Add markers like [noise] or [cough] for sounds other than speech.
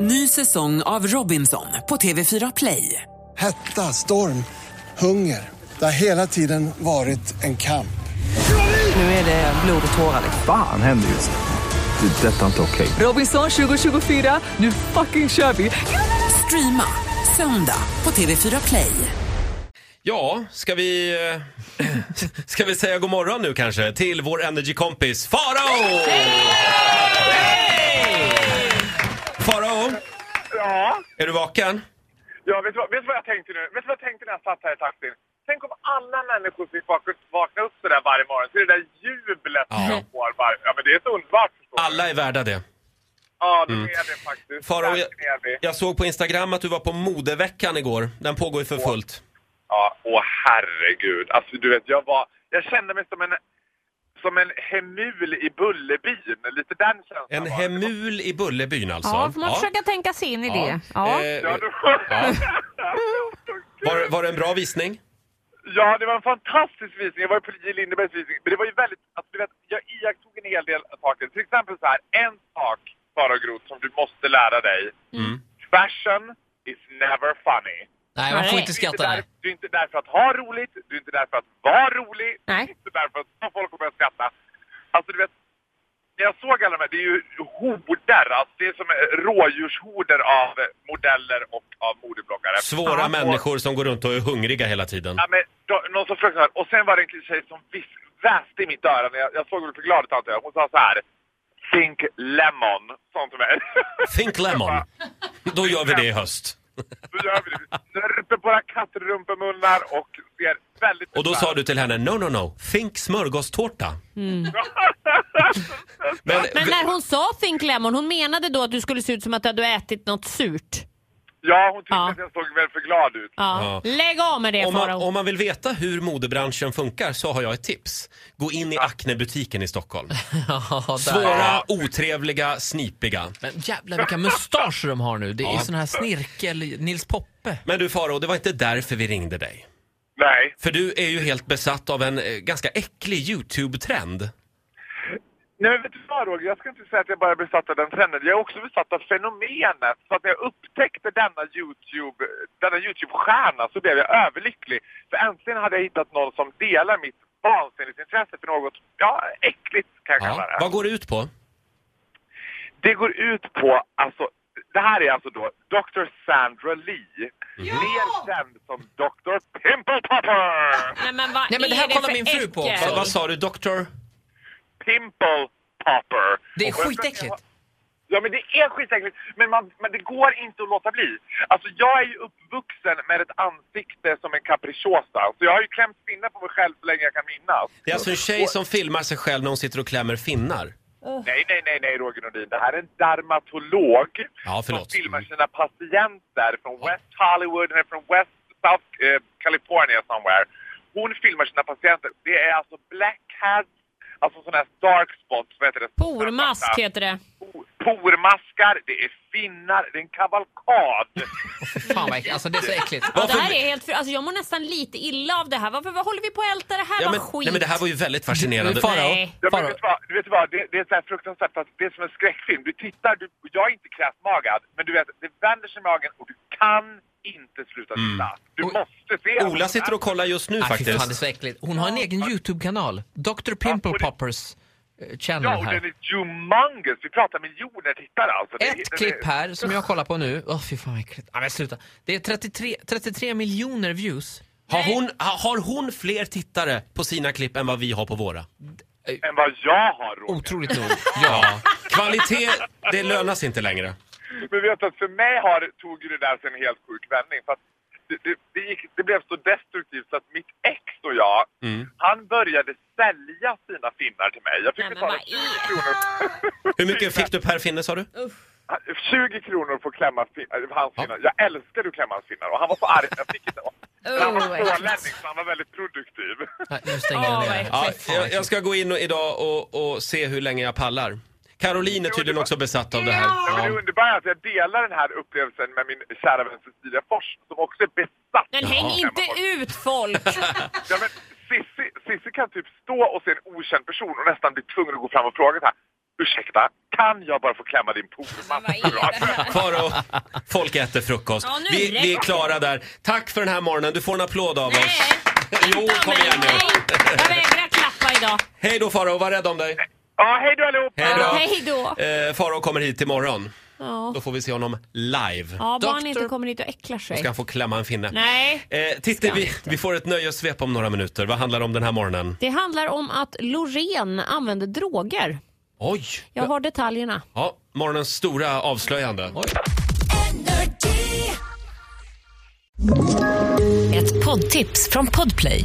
Ny säsong av Robinson på TV4 Play. Hetta, storm, hunger. Det har hela tiden varit en kamp. Nu är det blod och tårar. Fan händer just nu. Det. är Detta är inte okej. Robinson 2024, nu fucking kör vi! Streama söndag på TV4 Play. Ja, ska vi, eh, [laughs] ska vi säga god morgon nu kanske till vår energikompis Farao! Farao, Ja, är du vaken? ja vet, du vad, vet du vad jag tänkte nu? Vet du vad jag tänkte när jag satt här i taxin? Tänk om alla människor fick vak- vakna upp sådär varje morgon till det där jublet Ja. som de får varje... Ja, men det är så underbart förstår du. Alla Mm. är värda det. Ja, det är det faktiskt. Farao, jag, Verkligen är vi. jag såg på Instagram att du var på modeveckan igår. Den pågår ju för fullt. Ja, åh herregud. Alltså du vet, jag var... Jag kände mig som en... Som en hemul i Bullerbyn. Lite den känslan En var det. hemul i Bullerbyn alltså. Ja, får man försöka tänka sig in i Ja. det. Ja. Eh, Ja, det [laughs] Ja. var... var, var det en bra visning? Ja, det var en fantastisk visning. Jag var ju på J. Lindebergs visning. Men det var ju väldigt... Alltså, du vet, jag iakttog en hel del saker. Till exempel så här, en sak, Sara Groth, som du måste lära dig. Mm. Fashion is never funny. Nej, man får inte Du är inte, skratta. där, Nej. du är inte där för att ha roligt, du är inte där för att vara rolig, Nej. du är inte där för att få folk att börja skratta. Alltså, du vet, när jag såg alla de här, det är ju horder. Alltså, det är som eh, rådjurshorder av modeller och av modebloggare. Svåra Ja, och- människor som går runt och är hungriga hela tiden. Ja, men, då, någon som fruktansvärt. Och sen var det en tjej som vis- väste i mitt öra när jag, jag såg Ulf Gladet antar jag. Hon sa så här. Think lemon, sa hon till mig. Think Lemon. Då gör vi det i höst. [laughs] Då gör vi det. Snörper våra kattrumpemunnar och ser väldigt... Och då sa du till henne, no, no, no, think smörgåstårta. Men, Men när hon sa Think Lemon, hon menade då att du skulle se ut som att du hade ätit något surt. Ja, hon tyckte Ja. att jag såg väl för glad ut. Ja. Ja. Lägg av med det om, man, Farao. om man vill veta hur modebranschen funkar så har jag ett tips. Gå in i Acne-butiken i Stockholm. Ja, där. Svåra, otrevliga, snipiga. Men jävlar vilka mustascher de har nu. Det är ju sån här snirkel-Nils Poppe. Men du Faro, det var inte därför vi ringde dig. Nej. För du är ju helt besatt av en eh, ganska äcklig YouTube-trend. Nej, men vet du vad Roger? Jag ska inte säga att jag bara är besatt av den trenden. Jag är också besatt av fenomenet. Så att när jag upptäckte denna YouTube, denna YouTube-stjärna så blev jag överlycklig. För äntligen hade jag hittat någon som delar mitt vansinnesintresse för något, ja, äckligt kan jag kalla Ja. det. Vad går det ut på? Det går ut på, alltså, det här är alltså då Dr. Sandra Lee. Mer känd som Dr. Pimple Popper! Nej men vad Nej, men det här är det kollar för min fru på äckel? också. Va, vad sa du, doktor? Pimple Popper. Det är Och jag skitäckligt. Ja, men det är skitäckligt. Men, man, men det går inte att låta bli. Alltså, jag är ju uppvuxen med ett ansikte som en capricciosa. Så jag har ju klämt finnar på mig själv så länge jag kan minnas. Det är alltså en tjej Och- som filmar sig själv när hon sitter och klämmer finnar. Nej, nej, nej, nej, Roger Nordin. Det här är en dermatolog Ja, som förlåt. filmar sina patienter från West Hollywood, eller från West South eh, California somewhere. Hon filmar sina patienter. Det är alltså blackheads, alltså sådana här dark spots, vad heter det? Pormask heter det. Po- Pormaskar, det är finnar, det är en kavalkad. Fan vad äckligt. Alltså det är så äckligt. Ja, det här är helt för... alltså, jag mår nästan lite illa av det här. Varför vad håller vi på att älta det här? Ja, vad men, skit. nej, men det här var ju väldigt fascinerande. Nej. Ja, men Farao. vet du vad, du vet vad det, det är så här fruktansvärt för att det är som en skräckfilm. Du tittar, du, jag är inte kräsmagad, men du vet, det vänder sig i magen och du kan inte sluta Mm. titta. Du Och- måste se. Ola sitter och kollar just nu Nej, fy fan det är faktiskt. så äckligt. Hon har en egen YouTube-kanal. Dr. Pimple och det- Poppers eh, Ja, channel och här. den är humongous. Vi pratar miljoner tittare alltså. Det- Ett det- klipp här som jag kollar på nu. Åh fy fan vad äckligt. Nej, men sluta. Det är 33, 33 miljoner views. Har hon, ha- har hon fler tittare på sina klipp än vad vi har på våra? Än vad jag har Roger. Otroligt nog. Ja. Kvalitet, det lönas inte längre. Men vet du att för mig har, tog ju det där sig en helt sjuk vändning. För att det, det, det, gick, det blev så destruktivt så att mitt ex och jag, han började sälja sina finnar till mig. Jag fick Nej, men betala vad 20 är- kronor. [laughs] Hur mycket fick du per finne sa du? 20 kronor för att klämma fin- äh, hans finnar. Jag älskar att klämma hans finnar och han var så arg när jag fick det. Men han var [laughs] Oh, vad äckligt. smålänning så han var väldigt produktiv. [laughs] Nej, Nu stänger Åh, jag vad ner äckligt. det. Ja, fan, jag, jag ska gå in och, idag och, och se hur länge jag pallar. Caroline är tydligen också besatt av det här. Ja, men det Ja. underbara är att jag delar den här upplevelsen med min kära vän Cecilia Fors som också är besatt. Men av häng att klämma inte folk. ut [laughs] folk. Ja, men Sissi, Sissi kan typ stå och se en okänd person och nästan bli tvungen att gå fram och fråga så här. Ursäkta, kan jag bara få klämma din vad är det pormask? här? Faro, Folk äter frukost. Ja, nu vi, räcker vi är klara där. Tack för den här morgonen. Du får en applåd av Nej! oss. Jo, inte av kom mig. igen nu. Nej, Jag vägrar klappa idag. Hej då Faro, var rädd om dig. Ja, hej då allihop! Hej då. Ja, hej då. Eh, Faro kommer hit imorgon. Ja, Då får vi se honom live. ja barn Doktor- inte kommer hit och äcklar Då sig. ska han få klämma en finne. Nej. Eh, Titti, Ska vi, inte. vi får ett nöjessvep om några minuter. Vad handlar det om den här morgonen? Det handlar om att Loreen använder droger. Oj! Jag har detaljerna. Ja, morgonens stora avslöjande. Ett poddtips från Podplay.